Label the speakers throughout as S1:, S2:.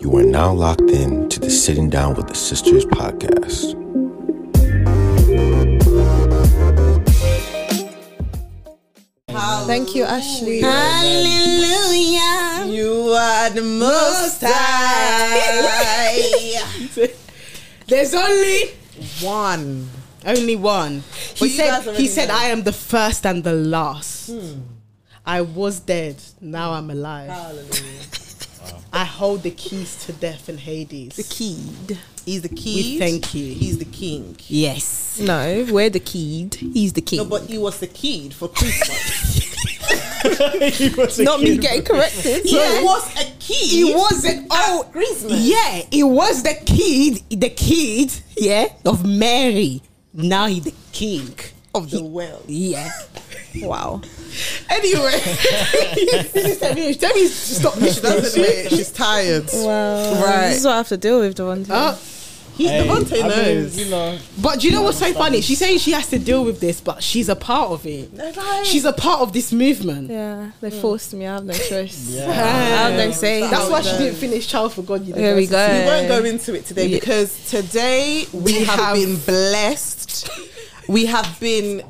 S1: You are now locked in to the Sitting Down with the Sisters podcast.
S2: Thank you, Ashley.
S3: Hallelujah.
S4: You are the most high. There's only one. Only one. He
S3: You guys
S4: said,
S3: already
S4: he said
S3: know.
S4: I am the first and the last. I was dead, now I'm alive.
S2: Ah.
S4: I hold the keys to death and Hades.
S3: Keyed.
S4: He's the key. We thank you.
S2: He's the king.
S3: Yes.
S2: No, we're the keyed.
S3: He's the king.
S2: No, but he was the keyed for Christmas.
S3: Not me getting corrected.
S2: so it was a key.
S3: It wasn't-
S2: Oh, Christmas.
S3: Yeah, it was the kid, the kid, yeah, of Mary. Now he's the king.
S2: Of the world.
S3: Yeah. Wow.
S4: anyway,
S3: Tell me, tell me, stop
S4: she doesn't wait. She's tired.
S5: Wow.
S4: Right.
S5: This is what I have to deal with, Devontae.
S4: Oh, he's
S6: Hey,
S4: Devontae
S6: I mean,
S4: knows.
S6: you know,
S4: But do you know what's so funny? She's saying she has to deal with this, but she's a part of it.
S2: Right.
S4: She's a part of this movement. Ah.
S5: Yeah, they forced me. I have no choice.
S6: yeah.
S5: I have no say.
S4: That's why she didn't finish Child for God University.
S5: There we go.
S2: we won't go into it today
S5: Yeah.
S2: because today we,
S4: We
S2: have,
S4: have-
S2: been blessed. we have been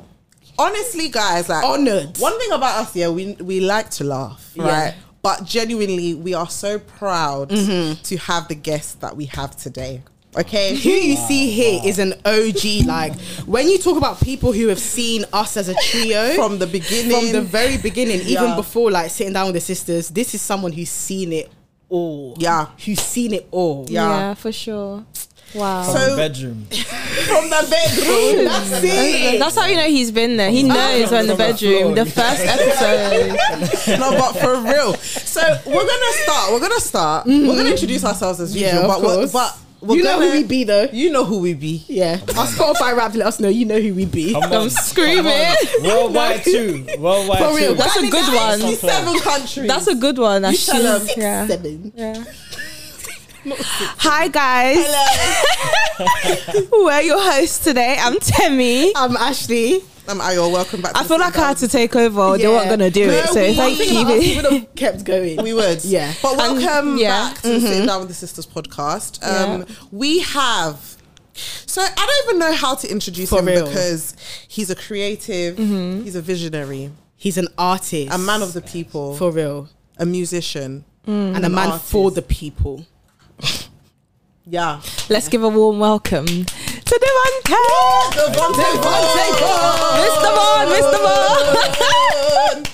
S2: honestly, guys, like
S4: Honored.
S2: One thing about us, yeah, we we like to laugh, right? But genuinely, we are so proud to have the guests that we have today. Okay,
S4: Who you see here is an OG. Like when you talk about people who have seen us as a trio
S2: From the beginning.
S4: from the very beginning, even
S2: Yeah.
S4: before like sitting down with the sisters, this is someone who's seen it all.
S2: Yeah.
S4: who's seen it all.
S2: Yeah.
S5: Yeah. for sure. Wow.
S6: From
S2: So-
S6: the bedroom.
S2: from the bedroom. That's it.
S5: that's how you know he's been there. He knows when the
S6: From the
S5: bedroom,
S6: floor.
S5: the first episode.
S2: no, but for real. So we're gonna start. We're gonna start. We're gonna introduce ourselves as
S4: Mm. Yeah,
S2: usual.
S4: of
S2: but we're,
S4: course.
S2: but we're
S4: you know
S2: gonna,
S4: who we be though.
S2: You know who we be.
S4: Yeah, our Spotify rap let us know. You know who we be.
S6: Come on.
S5: I'm screaming.
S6: Worldwide too. Worldwide
S4: For real,
S6: too.
S5: That's a
S2: Darling,
S5: good
S2: there are
S5: one.
S2: 67 countries.
S5: That's a good one, actually.
S2: tell 'em.
S5: Yeah.
S4: Seven.
S5: yeah. Hi guys, we're your hosts today. I'm Temi.
S4: I'm Ashley.
S2: I'm Ayo. Welcome back.
S5: I
S2: to
S5: feel
S2: the
S5: like I had
S2: Sit
S5: to take over. They weren't
S4: Yeah.
S5: gonna do
S4: No,
S5: it, so
S4: we-
S5: thank
S4: I think us, We
S5: you.
S4: would have kept going.
S2: Down. We would.
S4: Yeah. Mm-hmm.
S2: But welcome
S5: And- yeah.
S2: back to the Sitting Down with the Sisters podcast. Um,
S5: Yeah.
S2: We have. So I don't even know how to introduce
S4: For
S2: him
S4: real. Mm-hmm.
S2: because he's a creative, he's a visionary,
S4: He's an artist,
S2: a man of the people,
S4: for real,
S2: a musician.
S4: and a man
S2: artist.
S4: for the people.
S2: Yeah.
S5: Let's give a warm welcome to Devante. Mr. Bond, Mr. Bond.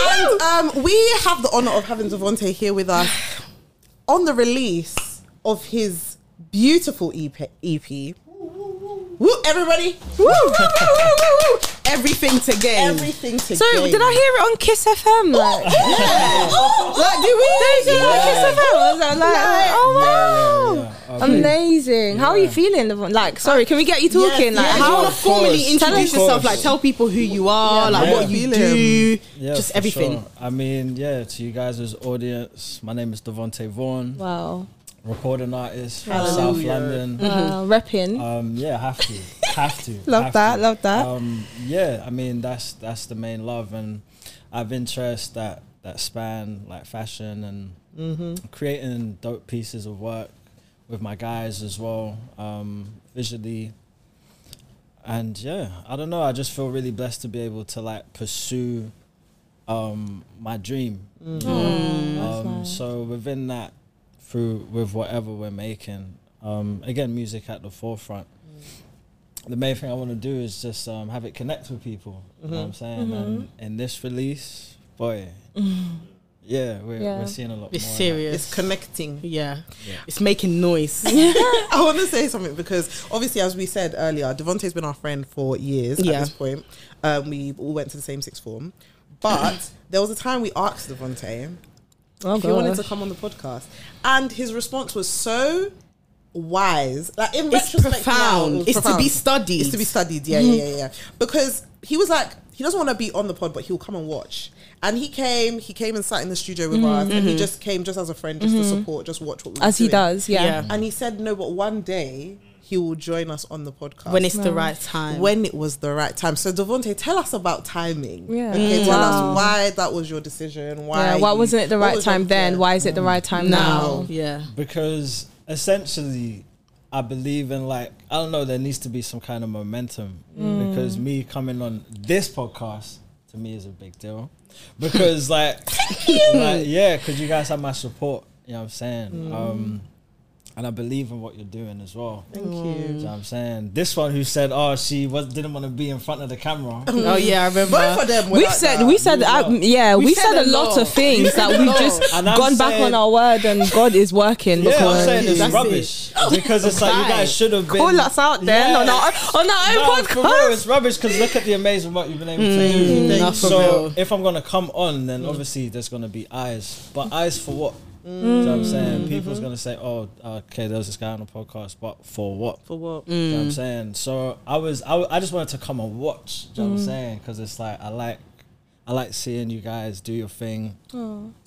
S2: And um, we have the honor of having Devonte here with us on the release of his beautiful E EP. EP. Woo, everybody! Woo,
S4: Everything together.
S2: everything together.
S5: So did I hear it on Kiss FM? Like,
S2: Like, did we?
S5: Did you like Kiss FM? I was like, like, oh wow,
S6: Yeah, okay.
S5: amazing. How are you feeling? Devon? Like, sorry, can we get you talking?
S2: Yes,
S5: like,
S2: yes.
S4: Do you
S5: how?
S4: want to formally
S6: course.
S4: introduce
S6: Tell us-
S4: yourself? Like, tell people who you are, like
S6: Yeah.
S4: what you
S2: Feel him.
S4: do,
S6: Yeah,
S4: just
S6: for
S4: everything.
S6: sure. I mean, yeah, to you guys as audience, my name is Devonte Vaughan,
S5: Wow,
S6: recording artist from South London.
S5: wow, uh, repping.
S6: Um, yeah, have to, have to.
S5: Mm. Love
S6: have
S5: that,
S6: to.
S5: love that.
S6: Um, yeah, I mean that's that's the main love, and I've interests that that span like fashion and creating dope pieces of work with my guys as well, um, visually. And yeah, I don't know. I just feel really blessed to be able to like pursue um, my dream. you
S5: Mm-hmm. Mm,
S6: know? um, So within that, through with whatever we're making, um, again, music at the forefront the main thing I want to do is just um, have it connect with people. You know what I'm saying? And in this release, boy, yeah, we're,
S5: Yeah.
S6: we're seeing a lot
S4: It's
S6: more. of that.
S4: serious.
S2: It's connecting.
S4: yeah.
S6: Yeah.
S4: it's making noise.
S2: I want to say something because obviously, as we said earlier, Devonte's been our friend for years
S4: Yeah.
S2: at this point. Um, we all went to the same sixth form. But there was a time we asked Devonte
S5: oh
S2: if he wanted to come on the podcast, and his response was so wise. Like in
S4: It's
S2: retrospect, now,
S4: profound.
S2: it was
S4: It's to
S2: profound.
S4: be studied.
S2: It's to be studied. Yeah, yeah, yeah, yeah. Because he was like, he doesn't want to be on the pod, but he'll come and watch. And he came, he came and sat in the studio with us, and he just came just as a friend, just to support, just watch what we were
S5: As he
S2: doing.
S5: does, yeah.
S4: Yeah.
S2: And he said, no, but one day he he will join us on the podcast
S3: when it's the right time.
S2: when it was the right time. So Devonte, tell us about timing.
S5: Yeah.
S2: Okay, tell
S5: Wow.
S2: us why that was your decision. Why?
S5: Yeah, why
S2: you-
S5: wasn't it the
S2: what
S5: right
S2: was your-
S5: time then?
S2: yeah.
S5: Why is it the right time now?
S3: now, yeah,
S6: because essentially I believe in like I don't know there needs to be some kind of momentum because me coming on this podcast to me is a big deal because like, like yeah because you guys have my support you know what I'm saying um and I believe in what you're doing as well
S2: Thank you.
S6: you know what I'm saying this one who said oh she was didn't want to be in front of the camera
S3: oh yeah, I remember.
S2: Both of them. were
S5: We've
S2: like
S5: said,
S2: that.
S5: we said,
S6: We've
S5: uh,
S6: not.
S5: yeah, we,
S4: We've
S5: said,
S4: said
S5: a
S4: a
S5: lot
S4: lot.
S5: of things that we've just
S6: And I'm
S5: gone back
S6: saying-
S5: on our word, and God is working.
S6: yeah I'm
S5: because-
S6: saying it's
S4: That's it.
S6: rubbish because it's like you guys should have been
S5: Call us out there
S6: Yeah.
S5: on our on our
S6: No,
S5: own
S6: for real,
S5: podcast.
S6: it's rubbish because look at the amazing work you've been able to do.
S3: not for
S6: so
S3: real.
S6: if I'm gonna come on, then obviously there's gonna be eyes, but eyes for what? Do you know what I'm saying? People's gonna say, "Oh, okay, there was this guy on the podcast, but for what?"
S2: for what?
S6: Do you know what I'm saying? So I was, I, w- I just wanted to come and watch. Do you know what I'm saying? Because it's like I like, I like seeing you guys do your thing,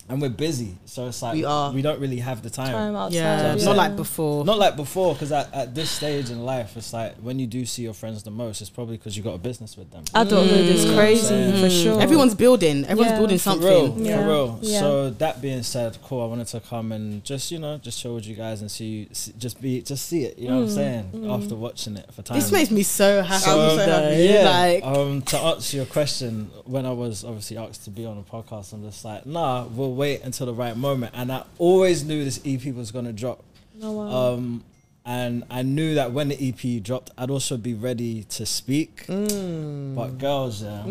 S6: and we're busy, so it's like
S2: We are.
S6: We don't really have the
S5: Time outside,
S3: yeah,
S6: Yeah.
S3: not like before.
S6: not like before, because at, at this stage in life, it's like when you do see your friends the most, it's probably because you got a business with them.
S5: Adulthood is crazy
S6: Mm.
S5: for sure.
S3: Everyone's building. Everyone's
S5: Yeah.
S3: building
S5: For
S6: For
S3: something.
S6: real,
S5: Yeah.
S6: for real.
S5: Yeah.
S6: So that being said, cool. I wanted to come and just you know just chill with you guys and see you, see, just be just see it. You know what
S5: Mm.
S6: I'm saying? After watching it for time.
S4: This makes me so happy.
S6: So,
S4: though.
S6: yeah.
S4: Like,
S6: um, to answer your question, when I was obviously asked to be on the podcast, I'm just like, nah, we'll wait until the right moment. And I always knew this EP was gonna drop. Um, and I knew that when the EP dropped, I'd also be ready to speak.
S5: Mm.
S6: But girls, yeah,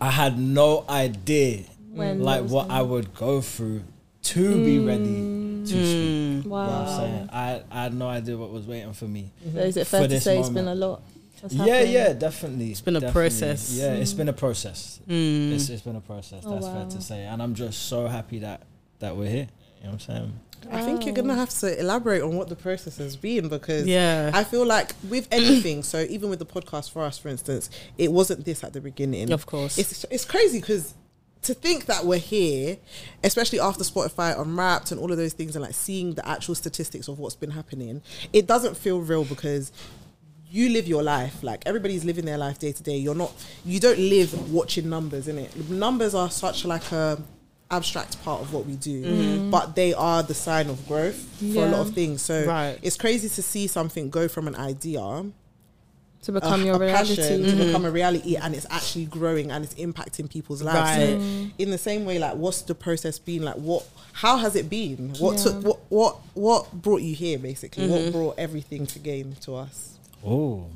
S6: I had no idea
S5: When
S6: like
S5: that was
S6: what
S5: gonna-
S6: I would go through to be ready to speak.
S5: Mm.
S6: You know what I'm saying? I, I had no idea what was waiting for me.
S5: So is it
S6: For
S5: fair to
S6: this
S5: say it's been a
S6: moment.
S5: lot? that's
S6: Yeah,
S5: happened?
S6: yeah, definitely. It's
S3: been a process.
S6: Yeah, it's been a process.
S3: Mm.
S6: It's, it's been a process.
S5: Oh,
S6: that's
S5: wow.
S6: fair to say. And I'm just so happy that that we're here. You know what I'm saying?
S2: I think you're gonna have to elaborate on what the process has been because
S3: Yeah.
S2: I feel like with anything, so even with the podcast for us, for instance, it wasn't this at the beginning.
S3: Of course.
S2: it's it's crazy because to think that we're here, especially after Spotify Unwrapped and all of those things, and like seeing the actual statistics of what's been happening, it doesn't feel real because you live your life like everybody's living their life day to day you're not you don't live watching numbers in it numbers are such like a abstract part of what we do
S3: Mm-hmm.
S2: but they are the sign of growth for a
S5: Yeah.
S2: lot of things so
S3: Right.
S2: it's crazy to see something go from an idea
S5: To become
S2: a-
S5: your
S2: a
S5: reality.
S2: passion to become a reality and it's actually growing and it's impacting people's lives
S3: Right.
S2: so in the same way like what's the process been like what how has it been what
S5: Yeah.
S2: took what what what brought you here basically what brought everything to game to us
S6: Oh.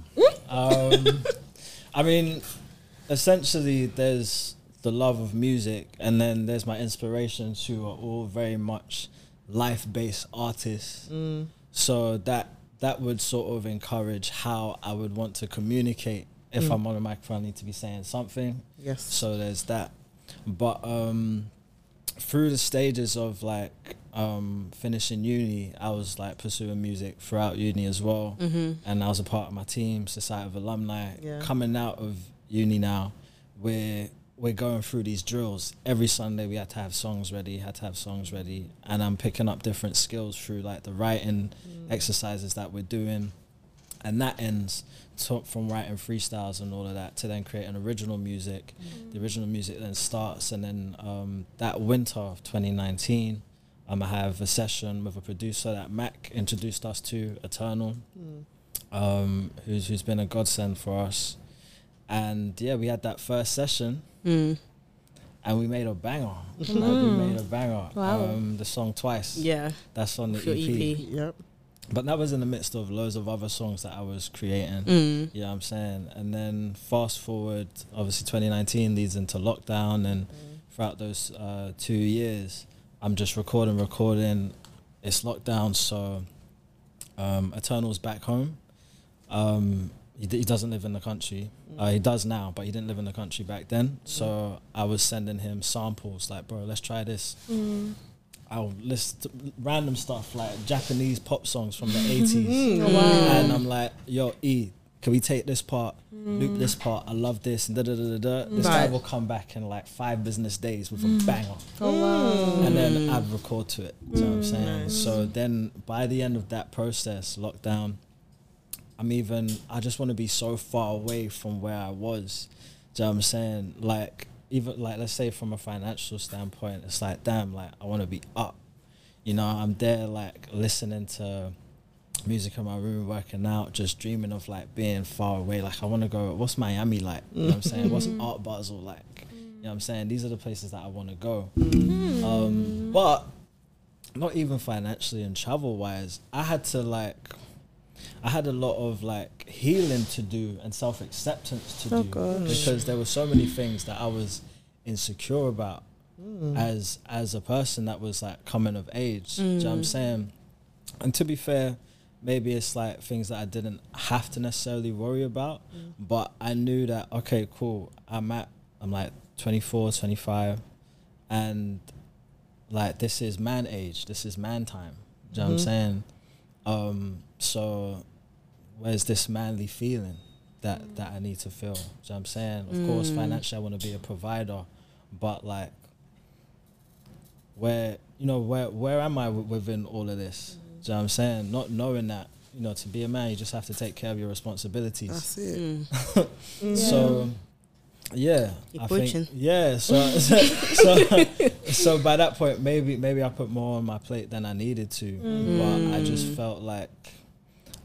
S6: um, I mean, essentially, there's the love of music, and then there's my inspirations, who are all very much life-based artists. So that that would sort of encourage how I would want to communicate. If I'm on a microphone, I need to be saying something.
S2: yes
S6: So there's that. But um, through the stages of like um, finishing uni, I was like pursuing music throughout uni as well. And I was a part of my team, Society of Alumni.
S2: Yeah.
S6: Coming out of uni now, we're, we're going through these drills. Every Sunday, we had to have songs ready, had to have songs ready. And I'm picking up different skills through like the writing exercises that we're doing and that ends to, from writing freestyles and all of that to then creating original music. The original music then starts, and then um, that winter of 2019, um, I have a session with a producer that Mac introduced us to, Eternal, um, who's who's been a godsend for us. And yeah, we had that first session,
S4: Mm.
S6: and we made a banger. Like, we made a banger.
S5: Wow.
S6: Um, the song twice.
S3: Hmm. Yeah.
S6: that's on the E
S3: Your E
S6: EP.
S4: E
S3: EP.
S2: yep
S6: But that was in the midst of loads of other songs that I was creating.
S3: Mm.
S6: Yeah, I'm saying. And then fast forward, obviously 2019 leads into lockdown, and throughout those uh, two years, I'm just recording, recording. It's lockdown, so um, Eternal's back home. Um, he, d- he doesn't live in the country. Uh, he does now, but he didn't live in the country back then. So I was sending him samples like, bro, let's try this. I'll list random stuff like Japanese pop songs from the 80s.
S5: Oh,
S6: And I'm like, yo, E, can we take this part, loop this part? I love this, and da da da da da. This guy
S3: Right.
S6: will come back in like five business days with a banger.
S5: Oh, wow.
S6: And then I'd record to it. Do you know what I'm saying? So then by the end of that process, lockdown, I'm even I just want to be so far away from where I was. Do you know what I'm saying? Like even like let's say from a financial standpoint, it's like damn, like I want to be up. You know, I'm there like listening to music in my room, working out, just dreaming of like being far away. Like I want to go. What's Miami like? You know what I'm saying? What's Art Basel like? You know what I'm saying? These are the places that I want to go. Um, but not even financially and travel wise, I had to like, I had a lot of like healing to do and self acceptance to do because there were so many things that I was insecure about as as a person that was like coming of age. Do you know what I'm saying? And to be fair, maybe it's like things that I didn't have to necessarily worry about, but I knew that okay, cool. I'm at I'm like 24, 25 and like this is man age, this is man time. Do you know what I'm saying? Um so where's this manly feeling that that I need to feel? Do you know what I'm saying? Of course financially I want to be a provider, but like where you know where where am I w- within all of this? Do you know what I'm saying? Not knowing that you know to be a man, you just have to take care of your responsibilities.
S2: That's it.
S4: Mm.
S6: Mm. So yeah,
S3: You're
S6: I think
S3: butching.
S6: yeah. So so so by that point, maybe maybe I put more on my plate than I needed to, but I just felt like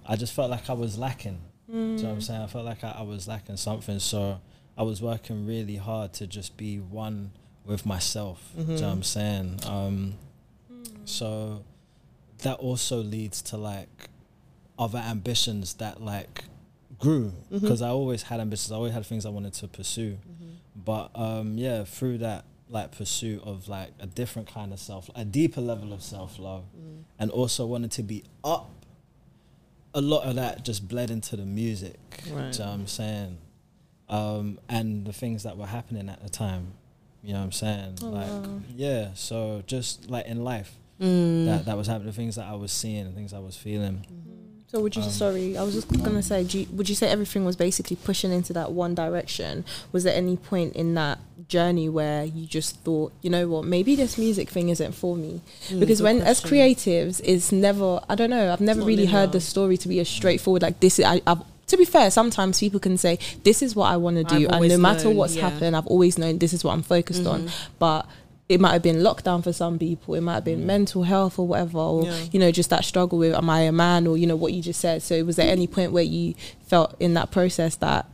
S6: I just felt like I was lacking. Do you know what I'm saying? I felt like I, I was lacking something, so I was working really hard to just be one with myself. Do you know what I'm saying? Um, so that also leads to like other ambitions that like grew because I always had ambitions. I always had things I wanted to pursue, but um, yeah, through that like pursuit of like a different kind of self, a deeper level of self love, and also wanted to be up. A lot of that just bled into the music.
S4: Right.
S6: Do you know what I'm saying? Um, and the things that were happening at the time. You know what I'm saying? like yeah, so just like in life.
S5: Mm.
S4: Mm.
S6: That, that was happening, the things that I was seeing, the things I was feeling.
S5: So would you? sorry, I was just gonna say. Do you, would you say everything was basically pushing into that one direction? Was there any point in that journey where you just thought, you know what, maybe this music thing isn't for me?
S4: Mm,
S5: because when as creatives, it's never. I don't know. I've never
S4: not
S5: really
S4: linear.
S5: heard the story to be as straightforward. Like this, I, I've. To be fair, sometimes people can say, "This is what I want to do,"
S4: I've
S5: and no
S4: always
S5: matter
S4: known,
S5: what's
S4: yeah.
S5: happened, I've always known this is what I'm focused on. But it might have been lockdown for some people. It might have been mental health or whatever, or
S2: Yeah.
S5: you know, just that struggle with am I a man or you know what you just said. So was there any point where you felt in that process that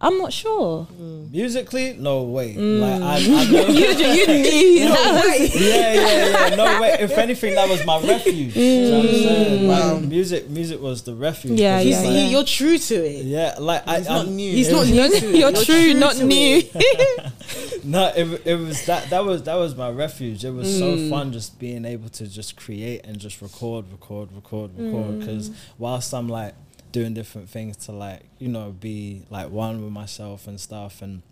S5: I'm not sure?
S6: Musically, no way. Like I, I know,
S5: Mm. you knew
S6: yeah, yeah, yeah. No way. If anything, that was my refuge.
S5: Mm.
S6: You know what I'm saying? Like, music, music was the refuge.
S5: Yeah,
S6: It was
S5: yeah,
S6: like-
S4: You, you're true to it.
S6: yeah. Like I,
S2: It's not
S6: I'm-
S2: new.
S4: He's not new. to it.
S5: You're, true, not
S4: to
S5: new.
S4: it.
S6: No, it, it was that that was that was my refuge. It was
S5: Mm.
S6: so fun just being able to just create and just record, record, record, record.
S5: Mm.
S6: Because whilst I'm like doing different things to like you know be like one with myself and stuff, and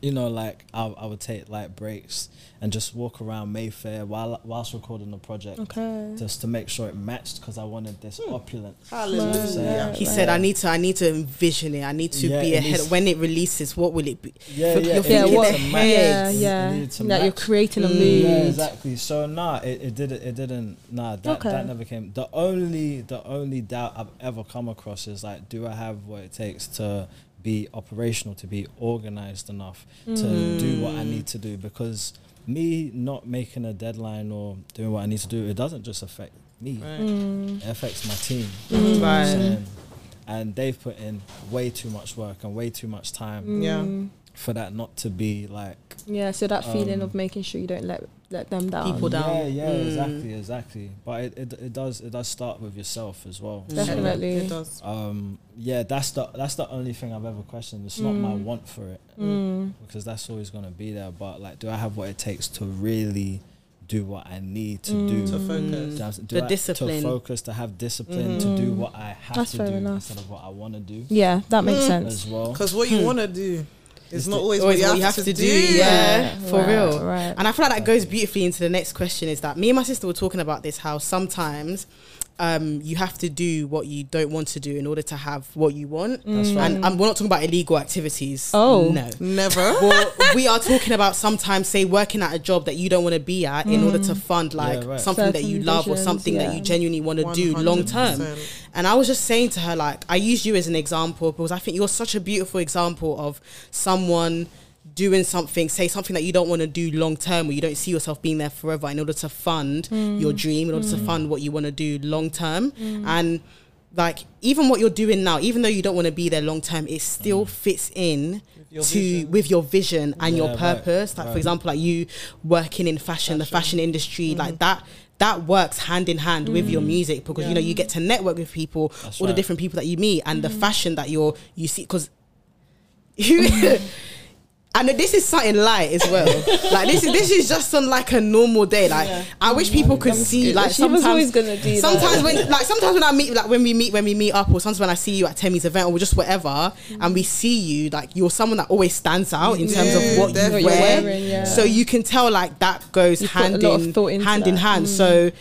S6: you know like I, I would take like breaks and just walk around Mayfair while whilst recording the project,
S5: Okay. Hmm.
S6: just to make sure it matched because I wanted this opulence.
S2: Hallelujah.
S4: He said, "I need to. I need to envision it. I need to
S6: Yeah,
S4: be
S6: it
S4: ahead.
S6: is-
S4: When it releases, what will it be?
S6: Yeah,
S4: F-
S6: yeah,
S4: you're
S6: it
S5: Yeah,
S4: thinking
S6: needed
S5: what?
S6: to match.
S5: Yeah,
S6: It
S5: yeah.
S6: needed to
S5: That you're
S6: match.
S5: creating a
S6: Mm. Yeah,
S5: mood.
S6: exactly. So nah, it, it did it didn't nah that,
S5: Okay.
S6: that never came. The only the only doubt I've ever come across is like, do I have what it takes to be operational, to be organized enough to do what I need to do? Because me not making a deadline or doing what I need to do, it doesn't just affect me.
S5: Mm.
S6: It affects my team. You know what I'm saying? And they've put in way too much work and way too much
S5: Mm.
S6: time
S2: Yeah.
S6: for that not to be like
S5: Yeah, so that feeling of making sure you don't let let them down.
S4: Um, People down.
S6: Um, yeah, yeah, exactly, exactly. But it, it, it does it does start with yourself as well. So,
S5: Definitely.
S2: It does.
S6: um, yeah, that's the that's the only thing I've ever questioned. It's not my want for it
S5: Mm.
S6: because that's always gonna be there. But like, do I have what it takes to really do what I need to do?
S2: To focus.
S6: Do I- do
S4: The
S6: I-
S4: discipline.
S6: to focus, to have discipline, to do what I have
S5: That's
S6: to do
S5: fair enough.
S6: instead of what I want to do
S5: Yeah, that
S4: Mm.
S5: makes sense.
S6: as well.
S2: Because what you want to do is
S6: It's
S2: not
S6: the-
S2: always,
S4: Always
S2: what you have, to, do.
S4: Yeah, for
S5: right,
S4: real.
S5: right.
S4: And I feel like that goes beautifully into the next question is that me and my sister were talking about this how sometimes um, you have to do what you don't want to do in order to have what you want.
S6: That's right.
S4: And um, we're not talking about illegal activities.
S5: Mm. Oh.
S4: no.
S2: Never.
S4: well, we are talking about sometimes, say, working at a job that you don't want to be at in order to fund like
S6: Yeah, right.
S4: something that you
S5: Mm. Certain
S4: love or
S5: visions,
S4: something that
S5: yeah.
S4: you genuinely want to do long term.
S2: 100%.
S4: And I was just saying to her, like, I use you as an example because I think you're such a beautiful example of someone doing something, say something that you don't want to do long term or you don't see yourself being there forever in order to fund
S6: Mm.
S4: your dream, in order to fund what you want to do long term. And like even what you're doing now, even though you don't want to be there long term, it still fits in
S6: Mm. your
S4: to
S6: vision.
S4: with your vision and
S6: Yeah,
S4: your
S6: right,
S4: purpose. Like for
S6: right.
S4: example, like you working in fashion, the fashion industry,
S5: Mm-hmm.
S4: like that that works hand in hand with your
S5: Mm.
S4: music because you know you get to network with people,
S6: That's
S4: all the
S6: right.
S4: different people that you meet, and the
S5: Mm-hmm.
S4: fashion that you're you see because you.
S5: Mm-hmm.
S4: I know this is something light as well. like this is this is just on like a normal day. Like I wish people could see like
S5: Mm-hmm. she was
S4: sometimes
S5: always gonna do that.
S4: sometimes when like sometimes when I meet like when we meet when we meet up or sometimes when I see you at Temi's event or just whatever
S5: Mm-hmm.
S4: and we see you like you're someone that always stands out in terms of
S2: do,
S4: what you
S2: definitely.
S4: wear.
S2: What you're
S5: wearing, yeah.
S4: So you can tell like that goes
S5: You put a
S4: hand
S5: lot of
S4: in
S5: thought into
S4: hand in
S5: that. Mm.
S4: hand. So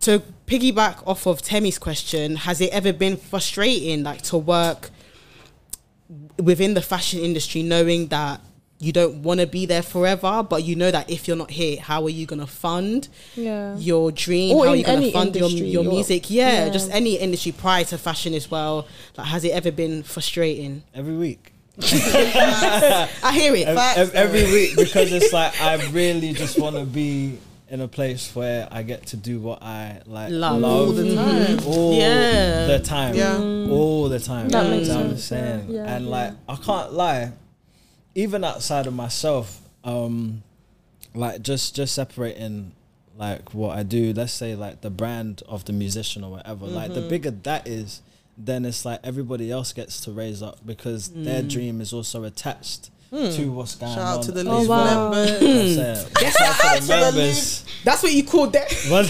S4: to piggyback off of Temi's question, has it ever been frustrating like to work within the fashion industry knowing that you don't want to be there forever, but you know that if you're not here, how are you going to fund
S5: Yeah.
S4: your dream?
S5: Or
S4: how are
S5: in
S4: you going to
S5: any
S4: fund your,
S5: industry,
S4: your
S5: or-
S4: music? Yeah,
S5: yeah.
S4: just any industry prior to fashion as well. Like, has it ever been frustrating?
S6: every week.
S4: I hear it.
S6: Ev-
S2: Facts,
S6: ev- every
S2: alright.
S6: week because it's like I really just want to be in a place where I get to do what I like
S4: Love.
S6: love,
S4: All the time.
S6: all
S4: Yeah.
S6: the time,
S2: Yeah.
S6: all the time.
S5: That
S6: you
S5: makes
S6: know what I'm
S5: sense,
S6: saying?
S5: yeah, yeah,
S6: and
S5: yeah.
S6: like I can't lie, even outside of myself, um, like just just separating like what I do. Let's say like the brand of the musician or whatever. Like the bigger that is, then it's like everybody else gets to raise up because their dream is also attached. To what's going
S2: Shout
S6: on.
S2: out to the
S6: as
S2: least
S5: wow.
S2: member.
S6: I'm saying, shout out to the members.
S4: That's what you call that.
S6: What?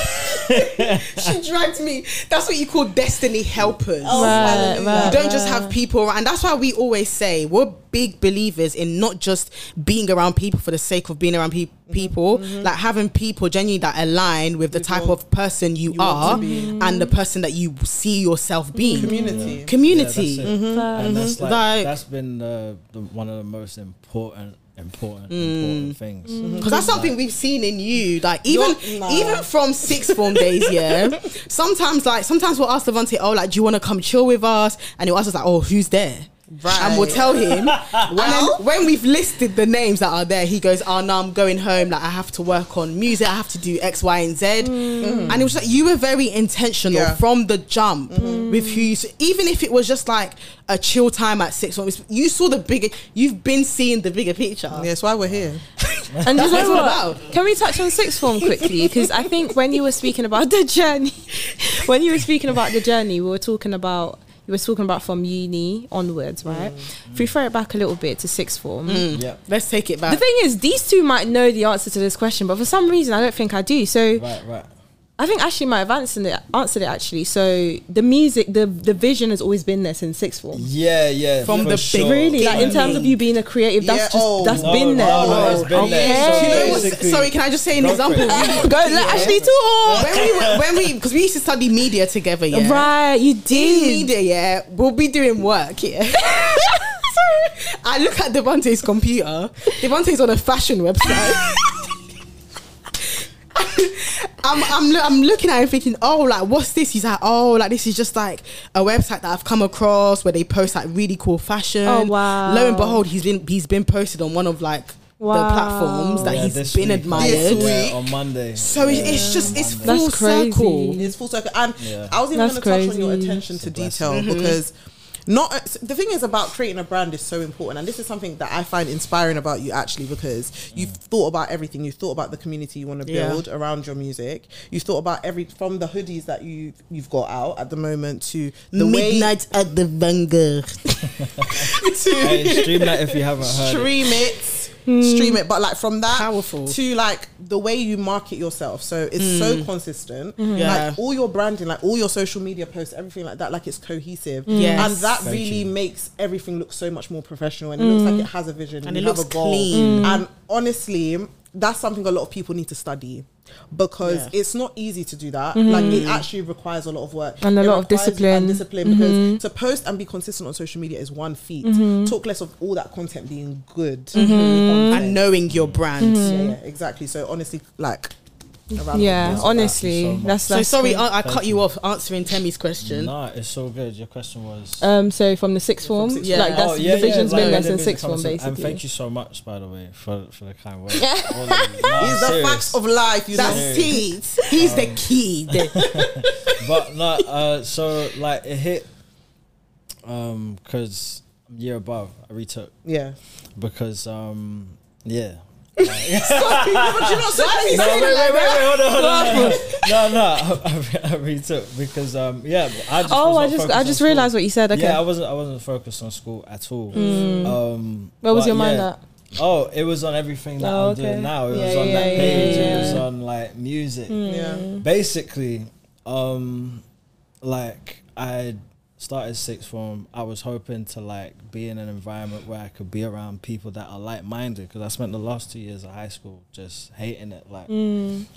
S4: she dragged me. That's what you call destiny helpers.
S5: Oh, Right, right,
S4: you don't just
S5: right.
S4: have people around. And that's why we always say we're big believers in not just being around people for the sake of being around pe- people, like having people genuinely that align with the type of person you, are and the person that you see yourself being.
S2: Community.
S4: Community.
S6: Yeah, that's it. And that's like,
S4: Like-
S6: that's been the, the one of the most important, important, important things.
S4: Because that's something we've seen in you, like even
S2: You're- nah.
S4: even from sixth form days, yeah. Sometimes, like sometimes we'll ask Levante, oh, like, do you want to come chill with us? And he'll ask us like, oh, who's there?
S2: Right.
S4: And we'll tell him. and then when we've listed the names that are there, he goes, oh no, I'm going home. Like I have to work on music. I have to do X, Y, and Z. And it was like you were very intentional
S2: Mm. Yeah. Mm.
S4: from the jump with who you. s- Even if it was just like a chill time at sixth form, you saw the bigger. You've been seeing the bigger picture.
S2: Yes, why we're here.
S5: And you
S4: That's what
S5: know
S4: it's all
S5: what?
S4: about.
S5: Can we touch on sixth form quickly? Because I think when you were speaking about the journey, when you were speaking about the journey, we were talking about you were talking about from uni onwards,
S4: Mm.
S5: right? If we throw it back a little bit to sixth form,
S6: Yeah.
S4: Let's take it back.
S5: the thing is, these two might know the answer to this question, but for some reason, I don't think I do. So
S6: Right, right.
S5: I think Ashley might have answered it. Answered it actually. So the music, the the vision has always been there since sixth form.
S6: Yeah, yeah.
S4: From
S6: for
S4: the
S6: sure.
S5: Really, like in terms of you being a creative, that's
S2: Yeah,
S5: just
S2: oh,
S5: that's
S6: No,
S5: been there.
S6: No, no, it's been there. So
S5: Okay.
S4: You know what's-
S6: basically-
S4: sorry, can I just say an
S6: Go for
S4: example?
S6: it.
S5: Go let Ashley talk.
S4: when we were, when we because we used to study media together, yeah.
S5: Right, you
S4: In
S5: did.
S4: media, yeah, we'll be doing work, yeah. Sorry. I look at Devante's computer. Devante's on a fashion website. I'm, I'm, lo- I'm looking at him thinking, oh, like, what's this? He's like, oh, like, this is just like a website that I've come across where they post like really cool fashion.
S5: Oh, wow.
S4: Lo and behold, he's been, he's been posted on one of like the
S5: Wow.
S4: platforms that
S6: Yeah,
S4: he's
S6: this
S4: been
S6: week,
S4: admired.
S6: yeah, on Monday.
S4: So
S6: yeah.
S4: it it's just it's
S5: That's
S4: full
S5: crazy.
S4: circle.
S2: It's full circle. And
S6: Yeah.
S2: I was even
S5: That's
S2: going to touch on your
S5: crazy. Mm-hmm.
S2: attention to
S6: blessing.
S2: detail because not the thing is about creating a brand is so important, and this is something that I find inspiring about you actually because you've thought about everything. You've thought about the community you want to
S4: Yeah.
S2: build around your music. You've thought about every from the hoodies that you you've got out at the moment to the way
S4: at the Vanguard.
S2: to
S6: Hey, stream that if you haven't heard. it.
S2: stream it stream it but like from that
S4: Powerful.
S2: to like the way you market yourself so it's so consistent
S4: Yeah.
S2: like all your branding like all your social media posts everything like that like it's cohesive
S4: Yes.
S2: and that
S6: Thank
S2: really
S6: you.
S2: makes everything look so much more professional and it looks like it has a vision
S4: And
S2: and
S4: it
S2: you
S4: looks
S6: Mm.
S2: have a goal
S4: clean.
S2: and honestly that's something a lot of people need to study because it's not easy to do that. Like it actually requires a lot of work
S5: And a
S2: It
S5: lot
S2: requires
S5: of
S2: you and
S5: discipline.
S2: discipline
S4: Mm-hmm.
S2: because to post and be consistent on social media is one feat. Talk less of all that content being good
S4: Mm-hmm.
S2: content.
S4: and knowing your brand.
S2: Yeah, yeah, exactly. So honestly, like, around
S5: Yeah,
S6: Thank you so uh,
S5: honestly,
S6: much.
S5: that's
S4: So
S5: that's
S4: sorry,
S5: cool.
S4: I, I cut you off answering Temi's question.
S6: Nah, it's so good. Your question was.
S5: um, so from the sixth form,
S4: sixth form.
S5: like that's
S6: Oh, yeah,
S5: the vision's
S6: yeah,
S5: been
S6: like,
S5: less
S6: the
S5: than
S6: vision
S5: sixth form,
S6: comes in. And
S5: basically.
S6: thank you so much, by the way, for for the kind words. All of you. Nah,
S2: These are
S6: serious.
S2: facts of life. You know.
S3: That's it. He's the kid.
S6: but no, uh, so like it hit, um, because year above I retook
S2: Yeah.
S6: because um, yeah.
S2: But you know, so
S6: No, wait, wait, wait, wait, hold on, hold on, hold on. no, no, I, I, I retook because um, yeah, I just was
S5: Oh,
S6: not
S5: I just
S6: focused
S5: I
S6: on
S5: just
S6: school.
S5: realized what you said. Okay,
S6: Yeah, I wasn't I wasn't focused on school at all. Um,
S5: Mm. where was
S6: but
S5: your mind
S6: yeah.
S5: at?
S6: Oh, it was on everything that
S5: Oh,
S6: I'm
S5: okay.
S6: doing now. It
S5: Yeah,
S6: was on
S5: yeah,
S6: that
S5: yeah,
S6: page.
S5: yeah,
S6: It was
S5: yeah. Mm.
S6: on like music.
S2: Yeah.
S6: Basically, um, like I started sixth form. I was hoping to like be in an environment where I could be around people that are like minded. Because I spent the last two years of high school just hating it. Like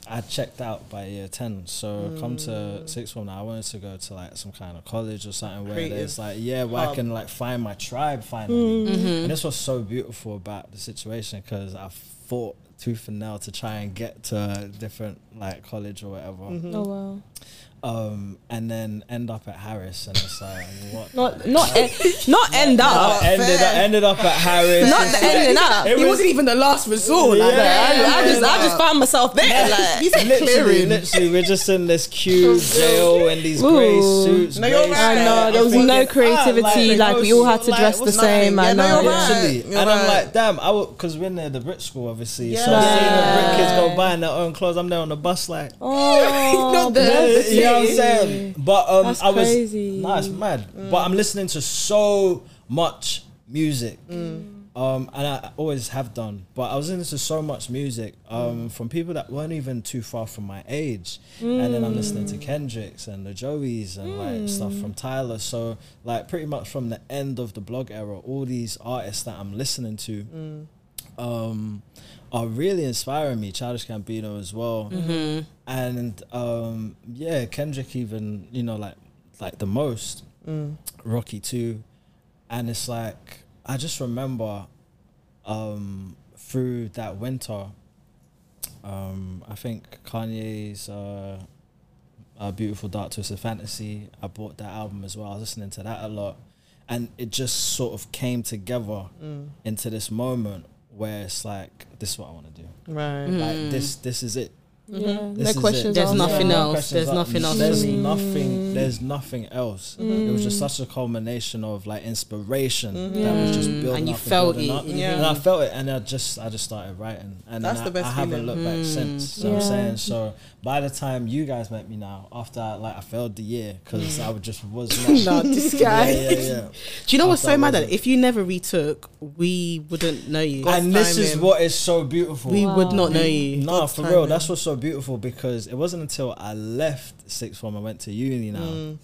S6: I checked out by year ten. So come to sixth form now. I wanted to go to like some kind of college or something where
S2: Creative.
S6: there's like yeah, where I
S2: Hub.
S6: can like find my tribe finally.
S2: Mm-hmm.
S5: Mm-hmm.
S6: And this was so beautiful about the situation because I fought tooth and nail to try and get to a different like college or whatever,
S2: Mm-hmm.
S5: Oh wow,
S6: um, and then end up at Harris, and it's like what.
S5: not not e- not end
S6: I
S5: up,
S6: ended, I ended up at Harris.
S5: not the ending up.
S6: It
S4: It,
S6: was-
S4: was, not even the last resort.
S6: Yeah,
S4: Like,
S5: I I just I just found myself there. Like,
S2: He's like
S6: literally,
S2: clearing.
S6: literally, we're just in this cute jail in these grey
S5: Ooh.
S6: suits.
S2: No, you're
S6: grey
S2: right.
S5: I know
S2: I'm
S5: there was
S2: thinking,
S5: no
S2: ah,
S5: creativity.
S6: like,
S5: Like we all had to
S6: like,
S5: dress the
S6: what's
S5: same.
S2: nothing?
S5: I
S2: Yeah, no,
S5: know.
S2: you're right.
S6: Literally.
S2: you're
S6: and I'm
S2: right.
S6: like, damn, I would, cause we're near the Brit school, obviously. So
S2: Yeah.
S6: seeing the Brit kids go by and their own clothes, I'm there on the bus, like,
S5: Oh,
S4: Not the-
S5: bless
S6: you know what I'm
S5: you.
S6: saying? But um,
S5: That's
S6: I was
S5: crazy.
S6: nah, it's mad. But I'm listening to so much music, um, and I always have done. But I was listening to so much music um, from people that weren't even too far from my age, and then I'm listening to Kendrick's and the Joeys and like stuff from Tyler. So like pretty much from the end of the blog era, all these artists that I'm listening to um, are really inspiring me. Childish Gambino as well, and um, yeah, Kendrick even you know like like the most Rocky too, and it's like I just remember um, through that winter, um, I think Kanye's. Uh, uh, Beautiful Dark Twisted Fantasy. I bought that album as well. I was listening to that a lot. And it just sort of came together
S2: Mm.
S6: into this moment where it's like, this is what I want to do.
S2: Right.
S4: Mm.
S6: Like this this is it.
S5: Yeah,
S6: This
S5: no
S6: is it.
S5: questions.
S4: There's
S5: asked.
S4: nothing
S5: Yeah.
S4: else. There's
S6: asked.
S4: nothing else
S6: There's
S4: for me.
S6: nothing there's nothing else.
S5: Mm.
S6: It was just such a culmination of like inspiration that was just building
S4: Mm. And you
S6: up
S4: felt
S6: building
S4: it.
S6: up.
S2: Yeah.
S6: And I felt it and I just I just started writing. And
S2: That's
S6: then
S2: the
S6: I,
S2: best
S6: I haven't
S2: feeling.
S6: looked back
S4: Mm.
S6: since. You know what I'm
S5: Yeah.
S6: saying? So by the time you guys met me now, after like I failed the year because I just was not
S4: no, this guy.
S6: yeah, yeah,
S4: Do you know what's
S6: After I
S4: so mad?
S6: wasn't.
S4: That if you never retook, we wouldn't know you.
S6: yeah. And this is
S2: timing.
S6: what is so beautiful.
S4: we would not know you.
S6: Nah, for real. That's what's so beautiful because it wasn't until I left sixth form, I went to uni now,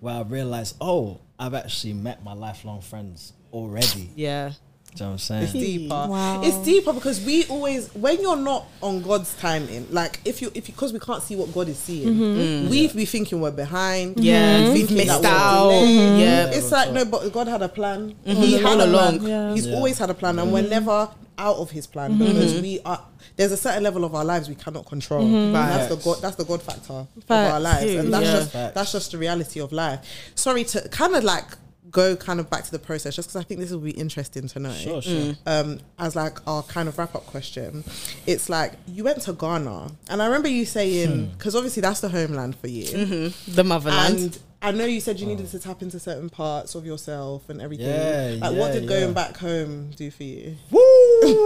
S6: where I realized, oh, I've actually met my lifelong friends already.
S4: Yeah.
S6: Do you know what I'm
S2: It's
S6: saying?
S2: deeper.
S5: Wow.
S2: It's deeper because we always, when you're not on God's timing, like if you, if because we can't see what God is seeing, we be thinking we're behind.
S4: Mm-hmm. Yeah,
S2: we
S4: we've
S2: think
S4: missed
S2: that we're
S4: out. Mm-hmm.
S2: delayed.
S4: Yeah. Mm-hmm.
S2: it's like no, but God had a plan.
S4: All
S2: He had a
S4: along.
S2: plan. He's
S6: Yeah.
S2: always had a plan, and we're never out of His plan because we are. There's a certain level of our lives we cannot control. And That's the
S6: Facts.
S2: God. That's the God factor of
S5: Facts.
S2: our lives, and that's
S4: Yeah.
S2: just
S6: Facts.
S2: that's just the reality of life. Sorry to kind of like go kind of back to the process, just because I think this will be interesting to know
S6: Sure, sure.
S2: um, as like our kind of wrap up question. It's like you went to Ghana, and I remember you saying
S6: Hmm.
S2: because obviously that's the homeland for you,
S4: The motherland.
S2: and I know you said you needed to tap into certain parts of yourself and everything.
S6: Yeah,
S2: like what
S6: yeah,
S2: did going
S6: yeah.
S2: back home do for you?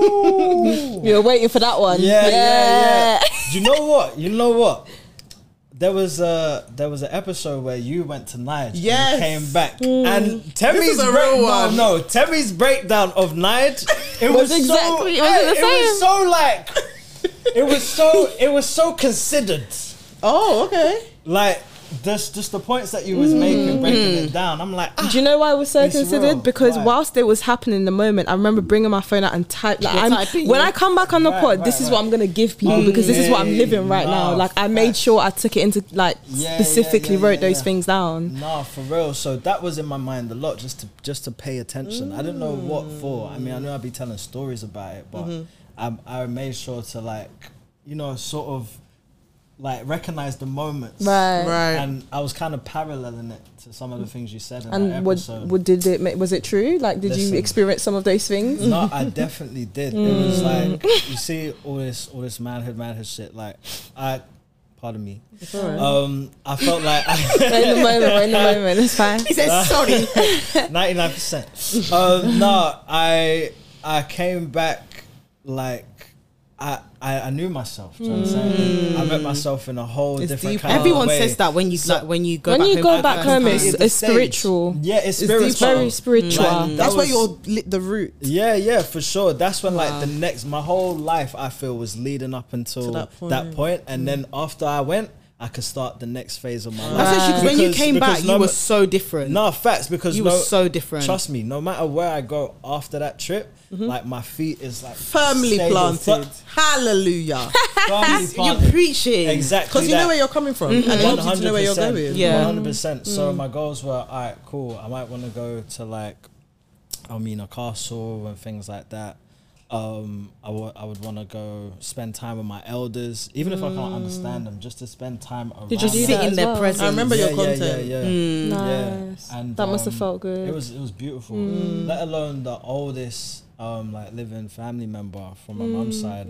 S5: We were waiting for that one.
S6: Yeah, yeah, yeah. you know what? You know what? There was a there was an episode where you went to Nige
S2: Yes.
S6: and came
S5: Hmm.
S6: back, and Temmie's
S2: is a real
S6: breakdown.
S2: one.
S6: No, Temmie's breakdown of Nige. It was,
S5: exactly-
S6: so.
S5: it was
S6: Hey,
S5: the
S6: it was
S5: same.
S6: so like. It was so. It was so considered.
S2: Oh, okay.
S6: Like This, just the points that you was making, breaking
S5: Hmm.
S6: it down. I'm like, ah,
S5: Do you know why I was so
S6: It's
S5: considered?
S6: real.
S5: Because
S6: Why?
S5: whilst it was happening in the moment, I remember bringing my phone out and type. Like,
S4: Yeah,
S5: I'm,
S4: typing,
S5: when
S4: yeah.
S5: I come back on the
S6: Right,
S5: pod,
S6: right,
S5: this is
S6: right. Mm.
S5: what I'm gonna give people because this is what I'm living right now.
S6: Nah,
S5: Like I made
S6: facts.
S5: sure I took it into like
S6: Yeah, yeah,
S5: specifically
S6: yeah,
S5: wrote
S6: yeah,
S5: those
S6: yeah.
S5: things down.
S6: Nah, for real. So that was in my mind a lot, just to just to pay attention. I didn't know what for. I mean, I know I'd be telling stories about it, but
S5: Mm-hmm.
S6: um, I made sure to like, you know, sort of like recognize the moments.
S5: Right.
S4: Right.
S6: And I was kind of paralleling it to some of the things you said in that
S5: And what,
S6: episode.
S5: what did it? ma- Was it true? Like, did
S6: Listen.
S5: you experience some of those things?
S6: no, I definitely did. It
S5: Mm.
S6: was like you see all this, all this manhood, manhood shit. Like I, pardon me. Um, I felt like I,
S5: We're in the moment, we're in the moment. It's fine.
S4: He said, sorry.
S6: 99%. Um, no, I I came back like I I, I knew myself. Do you know what I'm saying? I met myself in a whole
S4: It's
S6: different
S4: deep.
S6: kind
S4: Everyone
S6: of way.
S4: says that when you
S6: So-
S4: like, when you go
S5: When
S4: back
S5: you
S4: home,
S5: go
S4: for
S5: back
S4: the
S5: home,
S4: first
S5: it's,
S4: time.
S6: It's
S5: it's
S6: deep.
S5: spiritual.
S6: Yeah, it's,
S5: deep.
S6: spiritual.
S5: Very spiritual.
S6: Like, that
S2: That's where
S6: was-
S2: you're li- the root.
S6: Yeah, yeah, for sure. That's when like the next my whole life I feel was leading up until that
S2: that
S6: point. and then after I went, I could start the next phase of my life.
S4: Hmm. That's actually 'cause when you
S6: Because-
S4: came
S6: because
S4: back,
S6: no
S4: you were
S6: ma-
S4: so different.
S6: No, facts because
S4: You
S6: no,
S4: were so different.
S6: Trust me, no matter where I go after that trip, like my feet is like
S2: Firmly
S6: stable,
S2: planted.
S6: fir-
S2: Hallelujah.
S6: firmly
S4: You're
S6: planted.
S4: preaching.
S6: Exactly. Mm-hmm.
S2: Because you know where you're coming from. And I want you to know where you're going.
S4: Yeah.
S6: Yeah. 100%. So my goals were, all right, cool. I might want to go to like, I mean, a castle and things like that. Um, I wa- I would want to go spend time with my elders, even if I can't understand them, just to spend time around
S5: Did you do
S6: them.
S5: that
S4: Sit in
S5: as
S4: their
S5: well?
S4: presence.
S2: I remember your
S6: Yeah,
S2: content.
S6: yeah, yeah.
S4: Mm.
S5: Mm. Nice.
S6: Yeah. And,
S5: that must have
S6: um,
S5: felt good.
S6: It was it was beautiful. Let alone the oldest um like living family member from my
S5: Mm,
S6: mum's side.